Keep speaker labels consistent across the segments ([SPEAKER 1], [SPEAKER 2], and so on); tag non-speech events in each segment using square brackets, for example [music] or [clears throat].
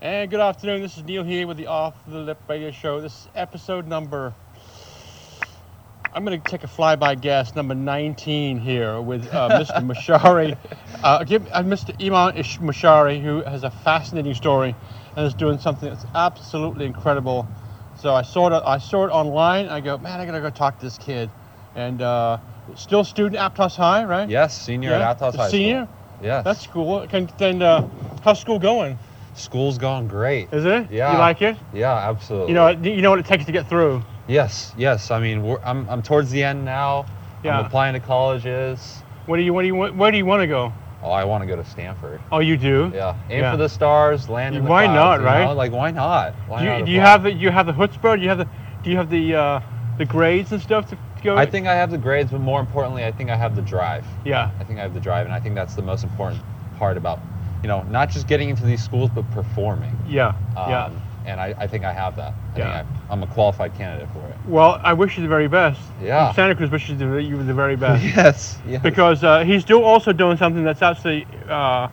[SPEAKER 1] And good afternoon. This is Neil here with the Off the Lip Radio Show. This is episode number. I'm going to take a flyby guess, number 19 here with uh,
[SPEAKER 2] [laughs]
[SPEAKER 1] Mr. Mashari. Uh, give, uh, Mr. Iman Ish Mashari, who has a fascinating story and is doing something that's absolutely incredible. So I saw it, I saw it online. I go, man, I got to go talk to this kid. And uh, still student at Aptos High, right?
[SPEAKER 2] Yes, senior
[SPEAKER 1] Yeah?
[SPEAKER 2] at Athos High
[SPEAKER 1] Senior?
[SPEAKER 2] School. Yes.
[SPEAKER 1] That's cool. Can, and uh, how's school going?
[SPEAKER 2] School's gone great.
[SPEAKER 1] Is it?
[SPEAKER 2] Yeah.
[SPEAKER 1] You like it?
[SPEAKER 2] Yeah, absolutely.
[SPEAKER 1] You know, you know what it takes to get through.
[SPEAKER 2] Yes, yes. I mean, we're, I'm, I'm towards the end now.
[SPEAKER 1] Yeah.
[SPEAKER 2] I'm applying to colleges.
[SPEAKER 1] What do you, what do you, want- where do you want to go?
[SPEAKER 2] Oh, I want to go to Stanford.
[SPEAKER 1] Oh, you do.
[SPEAKER 2] Yeah. Aim
[SPEAKER 1] Yeah.
[SPEAKER 2] for the stars, land in the
[SPEAKER 1] Why
[SPEAKER 2] clouds,
[SPEAKER 1] not,
[SPEAKER 2] you know?
[SPEAKER 1] right?
[SPEAKER 2] Like, why not? Why
[SPEAKER 1] do you,
[SPEAKER 2] not
[SPEAKER 1] do you
[SPEAKER 2] apply?
[SPEAKER 1] have the, you have the chutzpah? Do you have the, do you have the, uh, the grades and stuff to, to go?
[SPEAKER 2] I think I have the grades, but more importantly, I think I have the drive.
[SPEAKER 1] Yeah.
[SPEAKER 2] I think I have the drive, and I think that's the most important part about, you know, not just getting into these schools, but performing.
[SPEAKER 1] Yeah.
[SPEAKER 2] Um,
[SPEAKER 1] yeah.
[SPEAKER 2] And I, I think I have that. I
[SPEAKER 1] Yeah.
[SPEAKER 2] think I, I'm a qualified candidate for it.
[SPEAKER 1] Well, I wish you the very best.
[SPEAKER 2] Yeah.
[SPEAKER 1] Santa Cruz wishes you the- you the
[SPEAKER 2] [laughs]
[SPEAKER 1] very best
[SPEAKER 2] yes, yes.
[SPEAKER 1] because uh, he's do also doing something that's absolutely uh,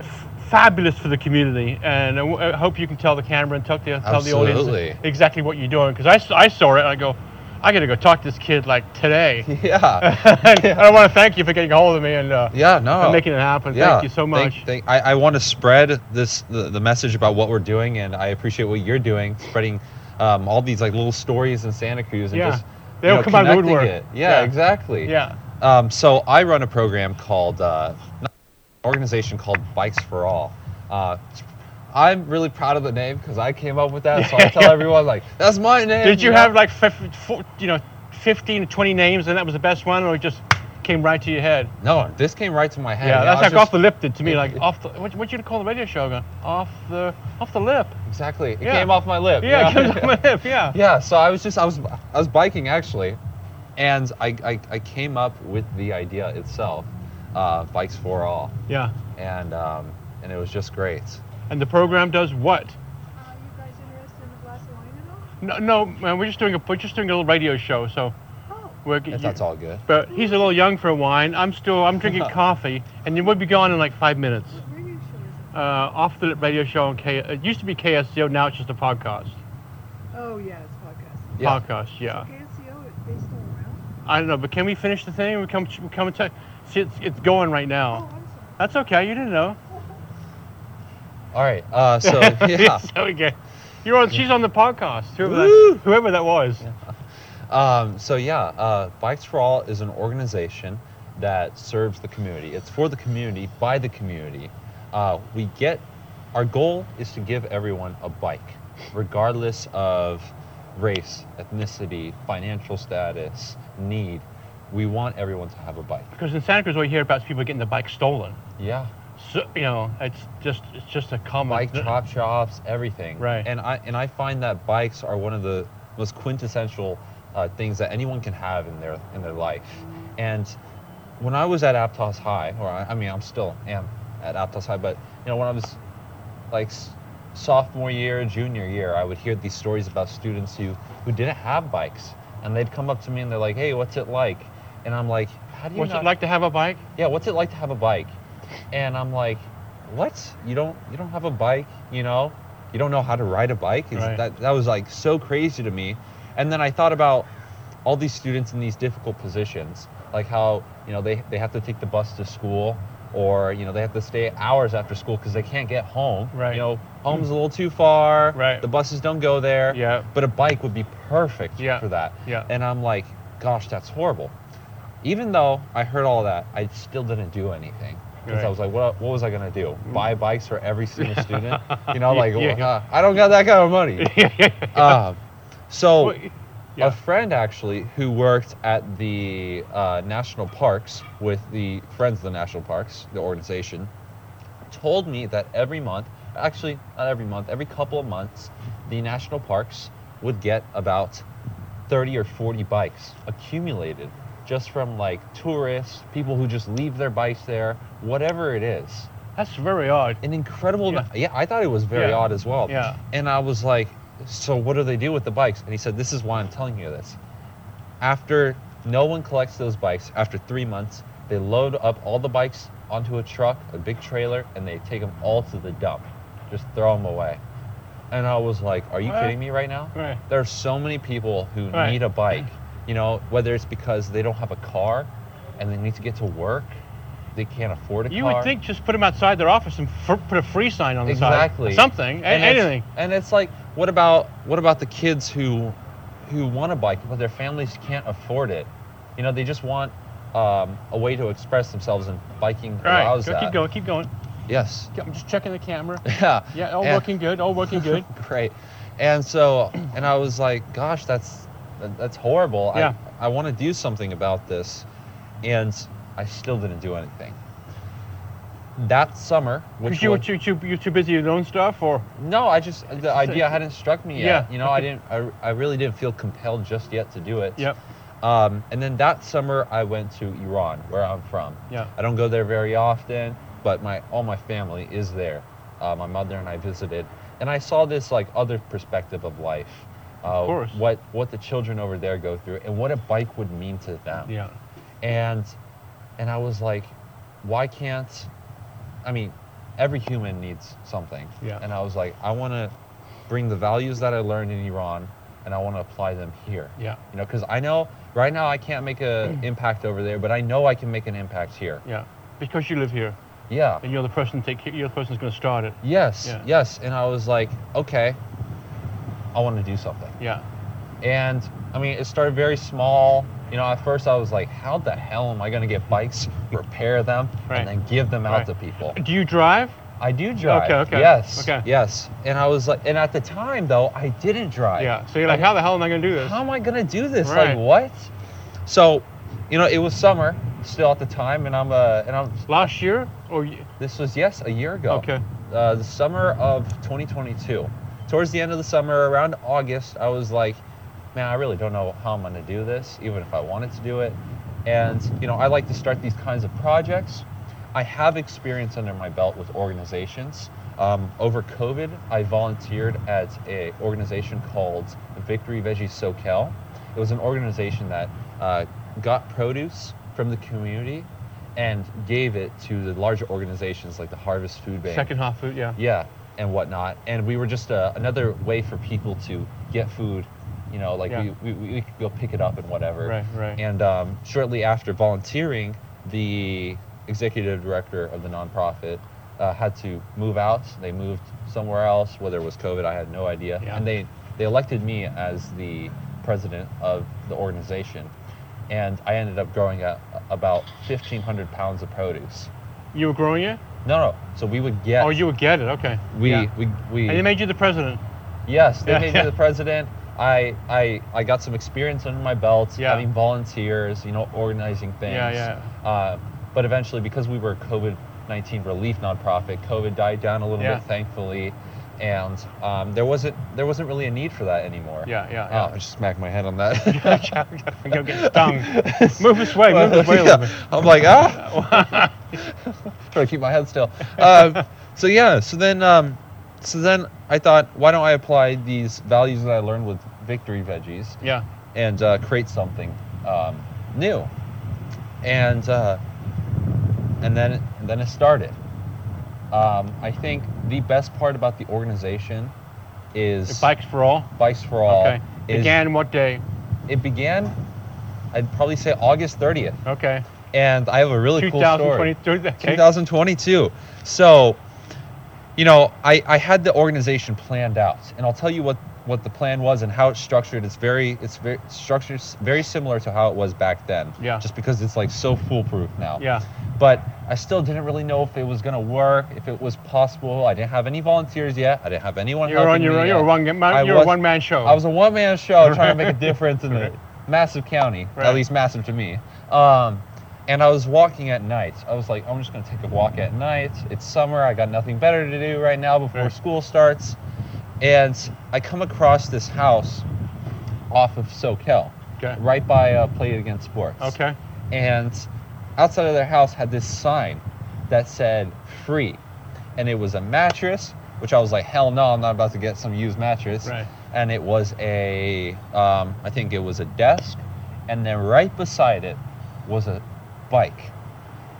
[SPEAKER 1] f- fabulous for the community, and I, w- I hope you can tell the camera and tell the tell the
[SPEAKER 2] Absolutely.
[SPEAKER 1] audience exactly what you're doing because I, s- I saw it and I go, I got to go talk to this kid like
[SPEAKER 2] [laughs]
[SPEAKER 1] today.
[SPEAKER 2] yeah.
[SPEAKER 1] and [laughs] I want to thank you for getting a hold of me and uh,
[SPEAKER 2] Yeah, no.
[SPEAKER 1] and making it happen.
[SPEAKER 2] yeah.
[SPEAKER 1] Thank you so
[SPEAKER 2] Thank-
[SPEAKER 1] much.
[SPEAKER 2] thank- I, I want to spread this the, the message about what we're doing, and I appreciate what you're doing, spreading um, all these like little stories in Santa Cruz and
[SPEAKER 1] Yeah.
[SPEAKER 2] just
[SPEAKER 1] They
[SPEAKER 2] you
[SPEAKER 1] all
[SPEAKER 2] know,
[SPEAKER 1] come out of the
[SPEAKER 2] connecting
[SPEAKER 1] woodwork.
[SPEAKER 2] It. Yeah,
[SPEAKER 1] Yeah.
[SPEAKER 2] exactly.
[SPEAKER 1] yeah.
[SPEAKER 2] Um, so I run a program called uh, an organization called Bikes for All. Uh, I'm really proud of the name because I came up with that. So
[SPEAKER 1] [laughs]
[SPEAKER 2] I tell everyone like that's my name.
[SPEAKER 1] Did you
[SPEAKER 2] know?
[SPEAKER 1] have like, fif- fo- you know, 15 to 20 names and that was the best one, or it just came right to your head?
[SPEAKER 2] No, this came right to my head.
[SPEAKER 1] yeah,
[SPEAKER 2] and I
[SPEAKER 1] that's
[SPEAKER 2] was
[SPEAKER 1] like
[SPEAKER 2] just-
[SPEAKER 1] off the lip did to me. Like off the what, what you call the radio show? Going off the off the lip.
[SPEAKER 2] Exactly. It
[SPEAKER 1] Yeah.
[SPEAKER 2] came off my lip.
[SPEAKER 1] Yeah, it comes
[SPEAKER 2] [laughs]
[SPEAKER 1] off my lip. Yeah.
[SPEAKER 2] Yeah, so I was just I was I was biking actually, and I I, I came up with the idea itself, uh, bikes for all,
[SPEAKER 1] Yeah.
[SPEAKER 2] and um, and it was just great.
[SPEAKER 1] And the program does what?
[SPEAKER 3] Are Uh, you guys interested in a glass of wine at
[SPEAKER 1] No, no, man. We're just doing a we're just doing a little radio show, so
[SPEAKER 3] all?
[SPEAKER 1] we're.
[SPEAKER 2] If that's all good.
[SPEAKER 1] But he's a little young for a wine. I'm still I'm
[SPEAKER 2] [laughs]
[SPEAKER 1] drinking coffee, and then we'll be gone in like five minutes.
[SPEAKER 3] Oh, what radio show is
[SPEAKER 1] Uh, off the lip radio show on K. It used to be KSCO. Now it's just a podcast.
[SPEAKER 3] it? Oh, yeah, it's podcast.
[SPEAKER 2] Yeah.
[SPEAKER 1] Podcast. Yeah.
[SPEAKER 3] KSCO, are they still around?
[SPEAKER 1] I don't know, but can we finish the thing? We come we come and check. See, it's it's going right
[SPEAKER 3] Oh,
[SPEAKER 1] now.
[SPEAKER 3] I'm
[SPEAKER 1] That's okay. You didn't know.
[SPEAKER 2] All right. Uh,
[SPEAKER 1] [laughs]
[SPEAKER 2] so [laughs] yeah.
[SPEAKER 1] so again, you're on. She's on the podcast. Whoever,
[SPEAKER 2] Woo!
[SPEAKER 1] that, whoever that was.
[SPEAKER 2] Um, so yeah, uh, Bikes for All is an organization that serves the community. It's for the community by the community. Uh, we get our goal is to give everyone a bike, regardless of race, ethnicity, financial status, need. We want everyone to have a bike.
[SPEAKER 1] Because in Santa Cruz, we hear about people getting their bike stolen.
[SPEAKER 2] Yeah,
[SPEAKER 1] So you know, it's just it's just a common.
[SPEAKER 2] bike chop shops, everything.
[SPEAKER 1] Right.
[SPEAKER 2] And I and I find that bikes are one of the most quintessential uh, things that anyone can have in their in their life. And when I was at Aptos High, or I, I mean, I'm still am at Aptos High, but you know, when I was like s- sophomore year, junior year, I would hear these stories about students who who didn't have bikes, and they'd come up to me and they're like, "Hey, what's it like?" And I'm like, "How do you
[SPEAKER 1] What's
[SPEAKER 2] not-
[SPEAKER 1] it like to have a bike?
[SPEAKER 2] yeah what's it like to have a bike and i'm like what you don't you don't have a bike you know you don't know how to ride a bike Is-
[SPEAKER 1] Right.
[SPEAKER 2] that, that was like so crazy to me and then i thought about all these students in these difficult positions like how you know they, they have to take the bus to school or you know they have to stay hours after school because they can't get home
[SPEAKER 1] Right.
[SPEAKER 2] you know home's a little too far
[SPEAKER 1] Right.
[SPEAKER 2] the buses don't go there
[SPEAKER 1] Yeah.
[SPEAKER 2] but a bike would be perfect
[SPEAKER 1] Yeah.
[SPEAKER 2] for that
[SPEAKER 1] Yeah.
[SPEAKER 2] and I'm like, gosh, that's horrible. Even though I heard all that, I still didn't do anything. Because
[SPEAKER 1] Right. Mm.
[SPEAKER 2] I was like, what, what was I going to do? Buy bikes for every single
[SPEAKER 1] [laughs]
[SPEAKER 2] student? You know,
[SPEAKER 1] Yeah,
[SPEAKER 2] like,
[SPEAKER 1] yeah.
[SPEAKER 2] "Well, uh, I don't got that kind of
[SPEAKER 1] [laughs]
[SPEAKER 2] money. Um, so,
[SPEAKER 1] yeah.
[SPEAKER 2] a friend actually who worked at the uh, national parks with the Friends of the National Parks, the organization, told me that every month, actually, not every month, every couple of months, the national parks would get about 30 or 40 bikes accumulated just from like tourists, people who just leave their bikes there, whatever it is.
[SPEAKER 1] That's very odd.
[SPEAKER 2] An incredible
[SPEAKER 1] Yeah.
[SPEAKER 2] amount. Yeah, I thought it was very
[SPEAKER 1] Yeah.
[SPEAKER 2] odd as well.
[SPEAKER 1] Yeah.
[SPEAKER 2] And I was like, so what do they do with the bikes? And he said, this is why I'm telling you this. After no one collects those bikes, after three months, they load up all the bikes onto a truck, a big trailer, and they take them all to the dump. just throw them away. And I was like, are you
[SPEAKER 1] Right.
[SPEAKER 2] kidding me right now?
[SPEAKER 1] Right.
[SPEAKER 2] There are so many people who
[SPEAKER 1] Right.
[SPEAKER 2] need a bike, you know, whether it's because they don't have a car and they need to get to work, they can't afford a
[SPEAKER 1] You
[SPEAKER 2] car.
[SPEAKER 1] would think just put them outside their office and fr- put a free sign on the
[SPEAKER 2] Exactly.
[SPEAKER 1] side. Something. a-
[SPEAKER 2] And it's-
[SPEAKER 1] anything.
[SPEAKER 2] And it's like, what about what about the kids who who want a bike but their families can't afford it? You know, they just want um, a way to express themselves, and biking
[SPEAKER 1] Right.
[SPEAKER 2] allows
[SPEAKER 1] Go,
[SPEAKER 2] that.
[SPEAKER 1] keep going. Keep going.
[SPEAKER 2] Yes. [laughs]
[SPEAKER 1] I'm just checking the camera.
[SPEAKER 2] Yeah.
[SPEAKER 1] Yeah. All
[SPEAKER 2] And-
[SPEAKER 1] working good. All working good.
[SPEAKER 2] [laughs] Great. And so, and I was like, gosh, that's that- that's horrible.
[SPEAKER 1] Yeah.
[SPEAKER 2] I, I want to do something about this, and I still didn't do anything. That summer, which
[SPEAKER 1] Because you were
[SPEAKER 2] was-
[SPEAKER 1] too, too you too busy with your own stuff, or
[SPEAKER 2] No, I just the idea hadn't struck me yet.
[SPEAKER 1] Yeah.
[SPEAKER 2] You know, I didn't. I, I really didn't feel compelled just yet to do it.
[SPEAKER 1] yep.
[SPEAKER 2] Um, and then that summer, I went to Iran, where I'm from.
[SPEAKER 1] Yeah.
[SPEAKER 2] I don't go there very often, but my all my family is there. Uh, my mother and I visited, and I saw this like other perspective of life. Uh,
[SPEAKER 1] course.
[SPEAKER 2] What what the children over there go through, and what a bike would mean to them
[SPEAKER 1] Yeah.
[SPEAKER 2] and and I was like, why can't? I mean, every human needs something.
[SPEAKER 1] Yeah.
[SPEAKER 2] And I was like, I want to bring the values that I learned in Iran, and I want to apply them here.
[SPEAKER 1] Yeah.
[SPEAKER 2] You know, because I know right now I can't
[SPEAKER 1] [clears throat]
[SPEAKER 2] make an impact over there, but I know I can make an impact here.
[SPEAKER 1] Yeah. Because you live here,
[SPEAKER 2] Yeah.
[SPEAKER 1] and you're the person take care, you're the person's going to start it.
[SPEAKER 2] Yes.
[SPEAKER 1] Yeah.
[SPEAKER 2] Yes. And I was like, okay, I want to do something.
[SPEAKER 1] Yeah.
[SPEAKER 2] And I mean, it started very small. You know, at first I was like, how the hell am I going to get bikes, [laughs] repair them,
[SPEAKER 1] Right.
[SPEAKER 2] and then give them out
[SPEAKER 1] Right.
[SPEAKER 2] to people?
[SPEAKER 1] Do you drive?
[SPEAKER 2] I do drive.
[SPEAKER 1] Okay, okay,
[SPEAKER 2] Yes.
[SPEAKER 1] okay.
[SPEAKER 2] Yes. And I was like, and at the time though, I didn't drive.
[SPEAKER 1] Yeah. So you're like, how the hell am I going to do this?
[SPEAKER 2] How am I gonna do this?
[SPEAKER 1] Right.
[SPEAKER 2] Like what? So, you know, it was summer still at the time, and I'm uh, and I'm.
[SPEAKER 1] Last year, or y-
[SPEAKER 2] This was yes, a year ago.
[SPEAKER 1] okay.
[SPEAKER 2] Uh, the summer of 2022. Towards the end of the summer, around August, I was like, man, I really don't know how I'm gonna do this, even if I wanted to do it. And you know, I like to start these kinds of projects. I have experience under my belt with organizations. Um, over COVID, I volunteered at a organization called Victory Veggie SoCal. It was an organization that uh, got produce from the community and gave it to the larger organizations like the Harvest Food Bank.
[SPEAKER 1] Second half food. Yeah.
[SPEAKER 2] Yeah, and whatnot. And we were just uh, another way for people to get food. You know, like
[SPEAKER 1] Yeah.
[SPEAKER 2] we, we, we could go pick it up and whatever.
[SPEAKER 1] Right. Right.
[SPEAKER 2] And um, shortly after volunteering, the executive director of the nonprofit uh, had to move out. They moved somewhere else. Whether it was COVID, I had no idea.
[SPEAKER 1] Yeah.
[SPEAKER 2] And they they elected me as the president of the organization, and I ended up growing at about 1,500 pounds of produce.
[SPEAKER 1] You were growing it.
[SPEAKER 2] No, no. So we would get.
[SPEAKER 1] Oh, you would get it. Okay.
[SPEAKER 2] we,
[SPEAKER 1] Yeah.
[SPEAKER 2] we we
[SPEAKER 1] And they made you the president.
[SPEAKER 2] Yes, they
[SPEAKER 1] Yeah,
[SPEAKER 2] made
[SPEAKER 1] yeah.
[SPEAKER 2] me the president. I, I I got some experience under my belt,
[SPEAKER 1] Yeah.
[SPEAKER 2] having volunteers, you know, organizing things.
[SPEAKER 1] Yeah, yeah.
[SPEAKER 2] Uh, but eventually, because we were a COVID nineteen relief nonprofit, COVID died down a little
[SPEAKER 1] Yeah.
[SPEAKER 2] bit, thankfully, and um, there wasn't there wasn't really a need for that anymore.
[SPEAKER 1] Yeah. Yeah. [laughs]
[SPEAKER 2] Oh,
[SPEAKER 1] Yeah.
[SPEAKER 2] I just smacked my head
[SPEAKER 1] [laughs]
[SPEAKER 2] on that. [laughs]
[SPEAKER 1] I'm gonna get stung. move this way. Move this way a
[SPEAKER 2] [laughs]
[SPEAKER 1] little
[SPEAKER 2] Yeah.
[SPEAKER 1] bit.
[SPEAKER 2] I'm like, ah.
[SPEAKER 1] [laughs]
[SPEAKER 2] Try to keep my head still. Um, so yeah, so then, um, so then I thought, why don't I apply these values that I learned with Victory Veggies
[SPEAKER 1] Yeah.
[SPEAKER 2] and uh, create something um, new? And uh, and then and then it started. Um, I think the best part about the organization is
[SPEAKER 1] Bikes for all.
[SPEAKER 2] Bikes for all.
[SPEAKER 1] Okay.
[SPEAKER 2] is-
[SPEAKER 1] Began what day?
[SPEAKER 2] It began. I'd probably say August 30th,
[SPEAKER 1] Okay.
[SPEAKER 2] and I have a really cool story.
[SPEAKER 1] 2022. Okay.
[SPEAKER 2] 2022. So, you know, I, I had the organization planned out, and I'll tell you what, what the plan was and how it's structured. It's very it's very structured s- very similar to how it was back then.
[SPEAKER 1] Yeah.
[SPEAKER 2] Just because it's like so foolproof now.
[SPEAKER 1] Yeah.
[SPEAKER 2] But I still didn't really know if it was gonna work, if it was possible. I didn't have any volunteers yet. I didn't have anyone.
[SPEAKER 1] You're on
[SPEAKER 2] helping
[SPEAKER 1] your
[SPEAKER 2] me
[SPEAKER 1] own. You're
[SPEAKER 2] yet.
[SPEAKER 1] a one.
[SPEAKER 2] I
[SPEAKER 1] Man, you're
[SPEAKER 2] was-
[SPEAKER 1] a one man show.
[SPEAKER 2] I was a one man show trying to make a difference in the massive county,
[SPEAKER 1] Right.
[SPEAKER 2] at least massive to me. Um, and I was walking at night. I was like, I'm just going to take a walk at night. It's summer. I got nothing better to do right now before
[SPEAKER 1] Right.
[SPEAKER 2] school starts. And I come across this house off of SoCal,
[SPEAKER 1] okay.
[SPEAKER 2] right by uh, Play It Against Sports.
[SPEAKER 1] Okay.
[SPEAKER 2] And outside of their house had this sign that said free. And it was a mattress, which I was like, hell no, I'm not about to get some used mattress
[SPEAKER 1] Right.
[SPEAKER 2] and it was a um, I think it was a desk, and then right beside it was a bike.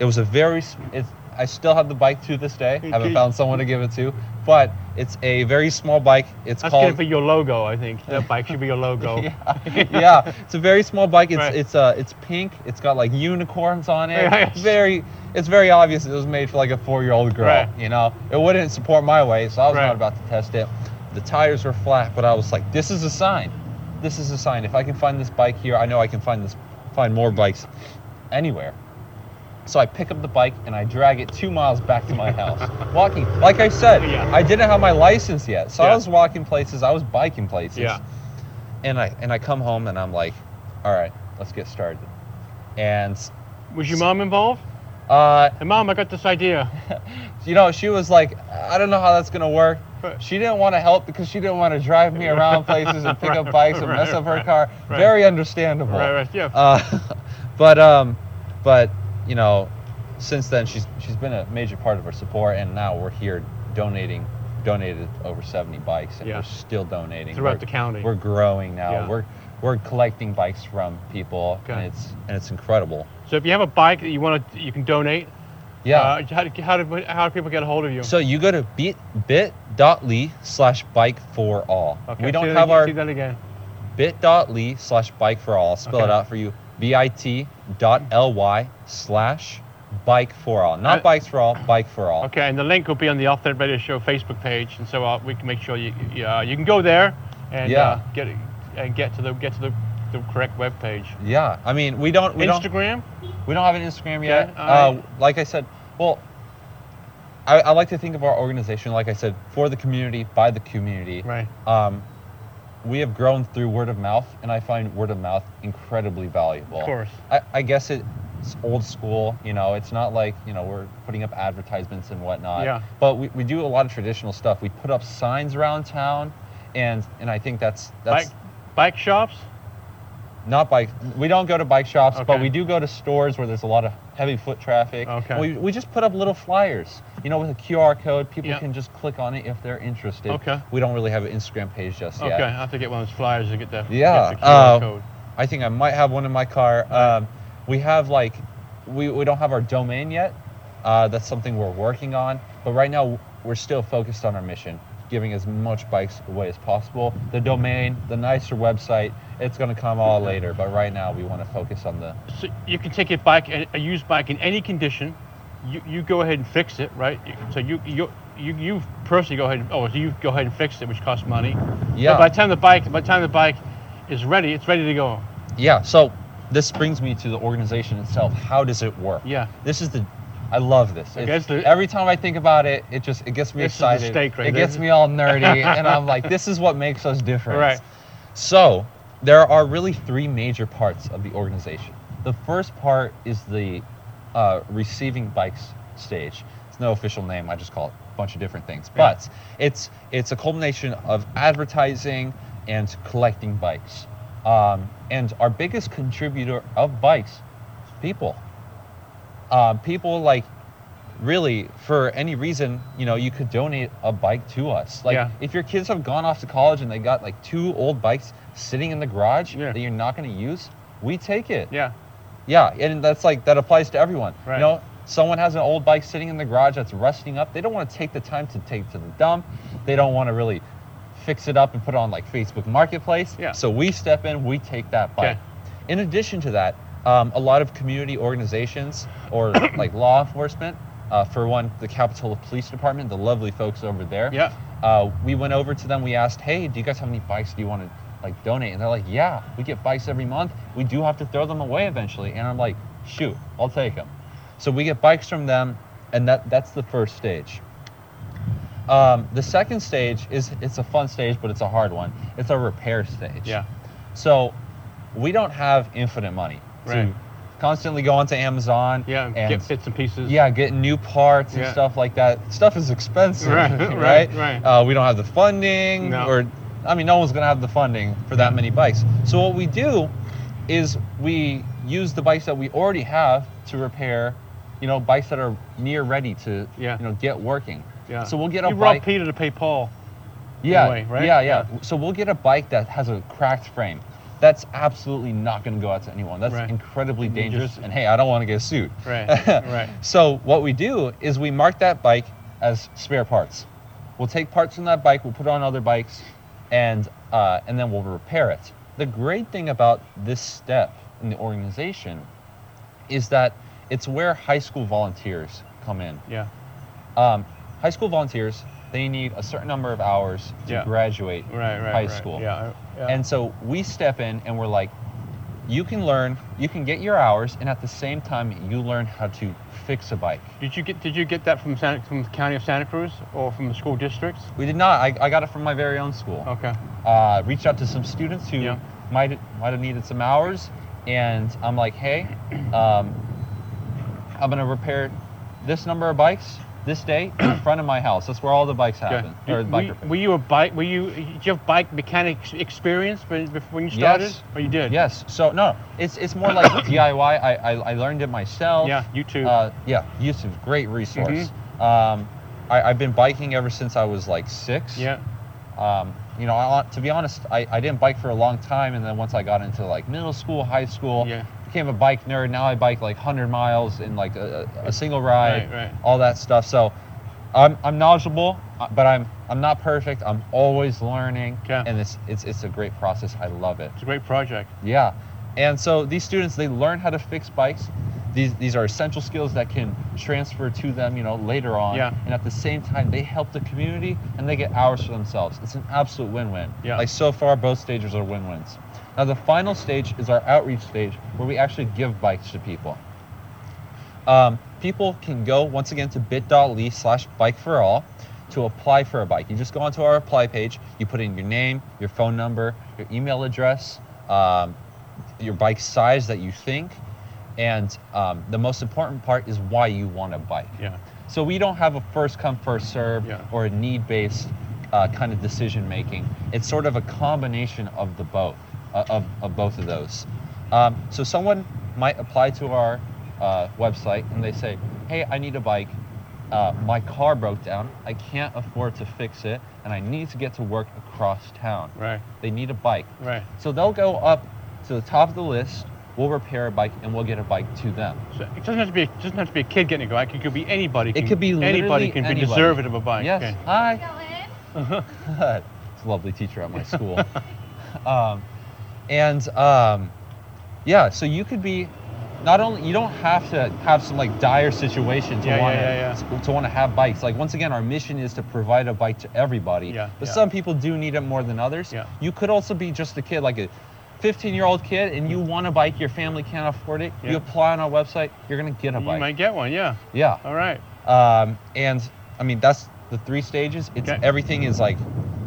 [SPEAKER 2] It was a very s- it's I still have the bike to this day.
[SPEAKER 1] Hey,
[SPEAKER 2] haven't
[SPEAKER 1] Keith.
[SPEAKER 2] found someone to give it to, but it's a very small bike. It's
[SPEAKER 1] That's
[SPEAKER 2] called
[SPEAKER 1] good for your logo, I think. That bike should be your logo.
[SPEAKER 2] [laughs] yeah, yeah, it's a very small bike. It's
[SPEAKER 1] Right.
[SPEAKER 2] it's uh it's pink. It's got like unicorns on it.
[SPEAKER 1] Yes.
[SPEAKER 2] Very, it's very obvious it was made for like a four-year-old girl.
[SPEAKER 1] Right.
[SPEAKER 2] You know, it wouldn't support my weight, so I was
[SPEAKER 1] Right.
[SPEAKER 2] not about to test it. The tires were flat, but I was like, this is a sign. This is a sign. If I can find this bike here, I know I can find this, find more bikes anywhere. So I pick up the bike and I drag it two miles back to my
[SPEAKER 1] [laughs]
[SPEAKER 2] house, walking. Like I said,
[SPEAKER 1] Yeah.
[SPEAKER 2] I didn't have my license yet, so
[SPEAKER 1] Yeah.
[SPEAKER 2] I was walking places. I was biking places
[SPEAKER 1] Yeah.
[SPEAKER 2] and I and I come home and I'm like, all right, let's get started. And
[SPEAKER 1] Was your mom involved?
[SPEAKER 2] uh,
[SPEAKER 1] Hey, mom, I got this idea.
[SPEAKER 2] you know, she was like, I don't know how that's gonna work.
[SPEAKER 1] Right.
[SPEAKER 2] She didn't want to help because she didn't want to drive me around places and pick
[SPEAKER 1] [laughs]
[SPEAKER 2] up
[SPEAKER 1] Right,
[SPEAKER 2] bikes and mess
[SPEAKER 1] right,
[SPEAKER 2] up her
[SPEAKER 1] right,
[SPEAKER 2] car.
[SPEAKER 1] right.
[SPEAKER 2] Very understandable.
[SPEAKER 1] Right, right, yeah.
[SPEAKER 2] Uh, [laughs] but um, but you know, since then she's she's been a major part of our support, and now we're here donating donated over 70 bikes, and
[SPEAKER 1] Yeah.
[SPEAKER 2] we're still donating
[SPEAKER 1] Throughout
[SPEAKER 2] We're-
[SPEAKER 1] the county.
[SPEAKER 2] We're growing now.
[SPEAKER 1] Yeah.
[SPEAKER 2] We're we're collecting bikes from people,
[SPEAKER 1] Okay.
[SPEAKER 2] and it's and it's incredible.
[SPEAKER 1] So if you have a bike that you want to, you can donate.
[SPEAKER 2] Yeah.
[SPEAKER 1] Uh, how, do, how, do, how do people get a hold of you?
[SPEAKER 2] so you go to bit bit.ly slash bike for all. we
[SPEAKER 1] say
[SPEAKER 2] don't
[SPEAKER 1] that ag-
[SPEAKER 2] have our
[SPEAKER 1] Say that again.
[SPEAKER 2] bit.ly slash bike for all. I'll spell it
[SPEAKER 1] Okay.
[SPEAKER 2] out for you. B-I-T dot L-Y slash bike for all. Not
[SPEAKER 1] Uh,
[SPEAKER 2] bikes for all, bike for all.
[SPEAKER 1] Okay, and the link will be on the Off That Radio Show Facebook page, and so uh, we can make sure you you, uh, you can go there and uh,
[SPEAKER 2] Yeah.
[SPEAKER 1] get and get to the get to the, the correct web page.
[SPEAKER 2] Yeah. I mean we don't we don't
[SPEAKER 1] Instagram.
[SPEAKER 2] we don't have an Instagram
[SPEAKER 1] Yeah,
[SPEAKER 2] yet.
[SPEAKER 1] all right.
[SPEAKER 2] uh, like I said, well I, I like to think of our organization, like I said, for the community, by the community.
[SPEAKER 1] Right.
[SPEAKER 2] um, we have grown through word of mouth, and I find word of mouth incredibly valuable.
[SPEAKER 1] Of course.
[SPEAKER 2] I, I guess it's old school, you know, it's not like, you know, we're putting up advertisements and whatnot.
[SPEAKER 1] Yeah.
[SPEAKER 2] But we, we do a lot of traditional stuff. We put up signs around town, and and I think that's that's
[SPEAKER 1] bike bike shops.
[SPEAKER 2] not bike. We don't go to bike shops, but
[SPEAKER 1] Okay.
[SPEAKER 2] we do go to stores where there's a lot of heavy foot traffic.
[SPEAKER 1] Okay.
[SPEAKER 2] We, we just put up little flyers, you know, with a QR code. People
[SPEAKER 1] Yeah.
[SPEAKER 2] can just click on it if they're interested.
[SPEAKER 1] Okay.
[SPEAKER 2] We don't really have an Instagram page just
[SPEAKER 1] Okay,
[SPEAKER 2] yet.
[SPEAKER 1] I have to get one of those flyers to get the
[SPEAKER 2] Yeah,
[SPEAKER 1] Get the QR
[SPEAKER 2] uh,
[SPEAKER 1] code.
[SPEAKER 2] I think I might have one in my car. Um, we have like, we, we don't have our domain yet. Uh, that's something we're working on. But right now, we're still focused on our mission, giving as much bikes away as possible. The domain, the nicer website, it's going to come all later. But right now, we want to focus on the.
[SPEAKER 1] So you can take your bike, a a used bike in any condition. You, you go ahead and fix it, right? You- So you you you you personally go ahead. And, oh, so you go ahead and fix it, which costs money. But
[SPEAKER 2] Yeah.
[SPEAKER 1] by the time the bike by the time the bike is ready, it's ready to go.
[SPEAKER 2] Yeah. So this brings me to the organization itself. How does it work?
[SPEAKER 1] Yeah.
[SPEAKER 2] This is the. I love this. It's-
[SPEAKER 1] guess the-
[SPEAKER 2] every time I think about it, it just it gets me
[SPEAKER 1] This is the
[SPEAKER 2] excited.
[SPEAKER 1] steak right
[SPEAKER 2] it
[SPEAKER 1] there.
[SPEAKER 2] gets me
[SPEAKER 1] [laughs]
[SPEAKER 2] all nerdy, and I'm like, this is what makes us different.
[SPEAKER 1] Right.
[SPEAKER 2] So there are really three major parts of the organization. The first part is the uh, receiving bikes stage. It's no official name. I just call it a bunch of different things,
[SPEAKER 1] Yeah.
[SPEAKER 2] but it's it's a culmination of advertising and collecting bikes. Um, and our biggest contributor of bikes is people. Uh, people like really for any reason you know you could donate a bike to us like
[SPEAKER 1] Yeah.
[SPEAKER 2] if your kids have gone off to college and they got like two old bikes sitting in the garage
[SPEAKER 1] Yeah.
[SPEAKER 2] that you're not going to use we take it
[SPEAKER 1] Yeah.
[SPEAKER 2] yeah and that's like that applies to everyone
[SPEAKER 1] Right.
[SPEAKER 2] you know someone has an old bike sitting in the garage that's rusting up they don't want to take the time to take to the dump they don't want to really fix it up and put it on like facebook marketplace
[SPEAKER 1] Yeah.
[SPEAKER 2] so we step in we take that bike
[SPEAKER 1] Okay.
[SPEAKER 2] in addition to that, um, a lot of community organizations or [coughs] like law enforcement, uh, for one, the Capitola Police Department, the lovely folks over there.
[SPEAKER 1] Yeah.
[SPEAKER 2] Uh, we went over to them. We asked, "Hey, do you guys have any bikes? Do you want to like donate?" And they're like, "Yeah, we get bikes every month. We do have to throw them away eventually." And I'm like, "Shoot, I'll take them." So we get bikes from them, and that that's the first stage. Um, the second stage is it's a fun stage, but it's a hard one. It's a repair stage.
[SPEAKER 1] Yeah.
[SPEAKER 2] So we don't have infinite money
[SPEAKER 1] Right.
[SPEAKER 2] to constantly go onto Amazon.
[SPEAKER 1] Yeah.
[SPEAKER 2] and
[SPEAKER 1] get bits and pieces.
[SPEAKER 2] yeah, getting new parts and
[SPEAKER 1] Yeah.
[SPEAKER 2] stuff like that. Stuff is expensive,
[SPEAKER 1] Right,
[SPEAKER 2] [laughs] right?
[SPEAKER 1] [laughs] right, right.
[SPEAKER 2] Uh, we don't have the funding,
[SPEAKER 1] No.
[SPEAKER 2] or I mean, no one's gonna have the funding for that many bikes. So what we do is we use the bikes that we already have to repair, you know, bikes that are near ready to,
[SPEAKER 1] Yeah.
[SPEAKER 2] you know, get working.
[SPEAKER 1] Yeah.
[SPEAKER 2] So we'll get
[SPEAKER 1] you
[SPEAKER 2] a
[SPEAKER 1] rob
[SPEAKER 2] bike.
[SPEAKER 1] Peter to pay Paul.
[SPEAKER 2] Yeah,
[SPEAKER 1] way, right?
[SPEAKER 2] yeah, yeah, So we'll get a bike that has a cracked frame. that's absolutely not going to go out to anyone. That's
[SPEAKER 1] Right.
[SPEAKER 2] incredibly
[SPEAKER 1] And you
[SPEAKER 2] dangerous.
[SPEAKER 1] just-
[SPEAKER 2] and hey, I don't want to get sued. [laughs]
[SPEAKER 1] Right, right.
[SPEAKER 2] So what we do is we mark that bike as spare parts. We'll take parts from that bike, we'll put it on other bikes, and uh, and then we'll repair it. The great thing about this step in the organization is that it's where high school volunteers come in.
[SPEAKER 1] Yeah.
[SPEAKER 2] Um, high school volunteers they need a certain number of hours to
[SPEAKER 1] Yeah.
[SPEAKER 2] graduate
[SPEAKER 1] Right, right.
[SPEAKER 2] high
[SPEAKER 1] right.
[SPEAKER 2] school.
[SPEAKER 1] Yeah. yeah.
[SPEAKER 2] And so we step in and we're like, you can learn, you can get your hours, and at the same time, you learn how to fix a bike.
[SPEAKER 1] did you get did you get that from Santa, from the county of Santa Cruz or from the school districts?
[SPEAKER 2] We did not. I, I got it from my very own school.
[SPEAKER 1] Okay.
[SPEAKER 2] Uh, reached out to some students who
[SPEAKER 1] Oh. Yeah.
[SPEAKER 2] might might have needed some hours, and I'm like, hey, um, I'm gonna repair this number of bikes this day
[SPEAKER 1] [coughs]
[SPEAKER 2] in front of my house. That's where all the bikes happen.
[SPEAKER 1] Did-
[SPEAKER 2] Or the
[SPEAKER 1] were,
[SPEAKER 2] bike
[SPEAKER 1] you-
[SPEAKER 2] repair.
[SPEAKER 1] were you a bike? Were you? Did you have bike mechanic ex- experience when, when you started?
[SPEAKER 2] Yes.
[SPEAKER 1] Or you did?
[SPEAKER 2] Yes. So no, it's it's more like
[SPEAKER 1] [coughs]
[SPEAKER 2] DIY. I, I I learned it myself.
[SPEAKER 1] Yeah. Mm-hmm. You too.
[SPEAKER 2] Uh, yeah, YouTube's great resource. Um, I, I've been biking ever since I was like six.
[SPEAKER 1] yeah.
[SPEAKER 2] Um, you know, I, to be honest, I, I didn't bike for a long time, and then once I got into like middle school, high school,
[SPEAKER 1] Yeah.
[SPEAKER 2] became a bike nerd. Now I bike like hundred miles in like a, a a single ride,
[SPEAKER 1] Right. Right.
[SPEAKER 2] all that stuff. So, I'm, I'm knowledgeable, uh, but I'm I'm not perfect. I'm always learning,
[SPEAKER 1] Yeah.
[SPEAKER 2] and it's it's it's a great process. I love it.
[SPEAKER 1] It's a great project.
[SPEAKER 2] Yeah. And so these students, they learn how to fix bikes. These, these are essential skills that can transfer to them, you know, later on.
[SPEAKER 1] Yeah.
[SPEAKER 2] And at the same time, they help the community and they get hours for themselves. It's an absolute win-win.
[SPEAKER 1] Yeah.
[SPEAKER 2] Like so far, both stages are win-wins. Now the final stage is our outreach stage, where we actually give bikes to people. Um, people can go once again to bit.ly slash bike for all to apply for a bike. You just go onto our apply page, you put in your name, your phone number, your email address, um, your bike size that you think, and um, the most important part is why you want a bike.
[SPEAKER 1] Yeah.
[SPEAKER 2] So we don't have a first come, first serve
[SPEAKER 1] Yeah.
[SPEAKER 2] or a need based uh, kind of decision making. It's sort of a combination of the both, uh, of, of both of those. Um, so someone might apply to our uh, website and they say, hey, I need a bike. Uh, my car broke down. I can't afford to fix it and I need to get to work across town.
[SPEAKER 1] Right.
[SPEAKER 2] They need a bike.
[SPEAKER 1] Right.
[SPEAKER 2] So they'll go up to the top of the list. We'll repair a bike and we'll get a bike to them.
[SPEAKER 1] So it doesn't have to be. It doesn't have to be a kid getting a bike. It could be anybody.
[SPEAKER 2] It could be
[SPEAKER 1] anybody
[SPEAKER 2] literally
[SPEAKER 1] can be
[SPEAKER 2] anybody.
[SPEAKER 1] deserving of a bike.
[SPEAKER 2] yes.
[SPEAKER 1] Okay.
[SPEAKER 2] Hi.
[SPEAKER 4] Dylan?
[SPEAKER 2] [laughs] it's a lovely
[SPEAKER 1] [laughs]
[SPEAKER 2] teacher at my school. um, and um, yeah, so you could be not only you don't have to have some like dire situation to
[SPEAKER 1] Yeah, yeah,
[SPEAKER 2] want
[SPEAKER 1] yeah,
[SPEAKER 2] to want to have bikes. Like once again, our mission is to provide a bike to everybody.
[SPEAKER 1] Yeah,
[SPEAKER 2] but
[SPEAKER 1] yeah.
[SPEAKER 2] some people do need it more than others.
[SPEAKER 1] Yeah.
[SPEAKER 2] You could also be just a kid, like a 15 year old kid, and you want a bike. Your family can't afford it.
[SPEAKER 1] Mm. Yeah.
[SPEAKER 2] You apply on our website. You're gonna get a
[SPEAKER 1] You
[SPEAKER 2] bike.
[SPEAKER 1] might get one. Yeah.
[SPEAKER 2] Yeah.
[SPEAKER 1] All right.
[SPEAKER 2] Um, and I mean, that's the three stages. It's
[SPEAKER 1] Okay.
[SPEAKER 2] everything is like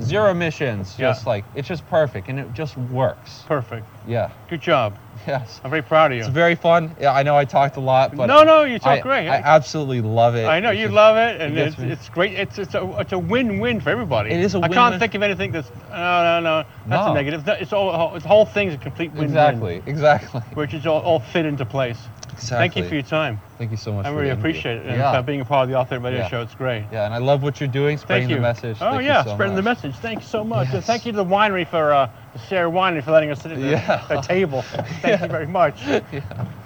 [SPEAKER 2] zero emissions,
[SPEAKER 1] Yeah.
[SPEAKER 2] just like it's just perfect and it just works.
[SPEAKER 1] Perfect.
[SPEAKER 2] Yeah. [laughs]
[SPEAKER 1] Good job.
[SPEAKER 2] Yes.
[SPEAKER 1] I'm very proud of you.
[SPEAKER 2] It's very fun. Yeah, I know I talked a lot, but
[SPEAKER 1] no, no, you talk
[SPEAKER 2] I,
[SPEAKER 1] great.
[SPEAKER 2] I absolutely love it.
[SPEAKER 1] I know
[SPEAKER 2] It's
[SPEAKER 1] you
[SPEAKER 2] just-
[SPEAKER 1] love it, and
[SPEAKER 2] gets
[SPEAKER 1] it's,
[SPEAKER 2] me.
[SPEAKER 1] it's great. It's it's a it's a win-win for everybody.
[SPEAKER 2] It is a
[SPEAKER 1] I can't
[SPEAKER 2] win-win.
[SPEAKER 1] think of anything that's no no no. That's
[SPEAKER 2] No.
[SPEAKER 1] a negative. No, It's all the whole thing's a complete win-win.
[SPEAKER 2] Exactly. Exactly.
[SPEAKER 1] Which is all, all fit into place.
[SPEAKER 2] Exactly.
[SPEAKER 1] Thank you for your time.
[SPEAKER 2] Thank you so much.
[SPEAKER 1] I
[SPEAKER 2] for
[SPEAKER 1] really
[SPEAKER 2] the interview.
[SPEAKER 1] appreciate it. And
[SPEAKER 2] Yeah.
[SPEAKER 1] uh, being a part of the Author Radio
[SPEAKER 2] Yeah.
[SPEAKER 1] Show, it's great.
[SPEAKER 2] yeah, and I love what you're doing, spreading
[SPEAKER 1] Thank you.
[SPEAKER 2] the message.
[SPEAKER 1] Oh
[SPEAKER 2] Thank you
[SPEAKER 1] yeah,
[SPEAKER 2] so
[SPEAKER 1] spreading the
[SPEAKER 2] much.
[SPEAKER 1] message. Thanks so much. And
[SPEAKER 2] Yes.
[SPEAKER 1] thank you to the [laughs] winery for uh, the Sarah Winery for letting us sit at the
[SPEAKER 2] Yeah. [laughs]
[SPEAKER 1] the table. Thank you very much.
[SPEAKER 2] Yeah.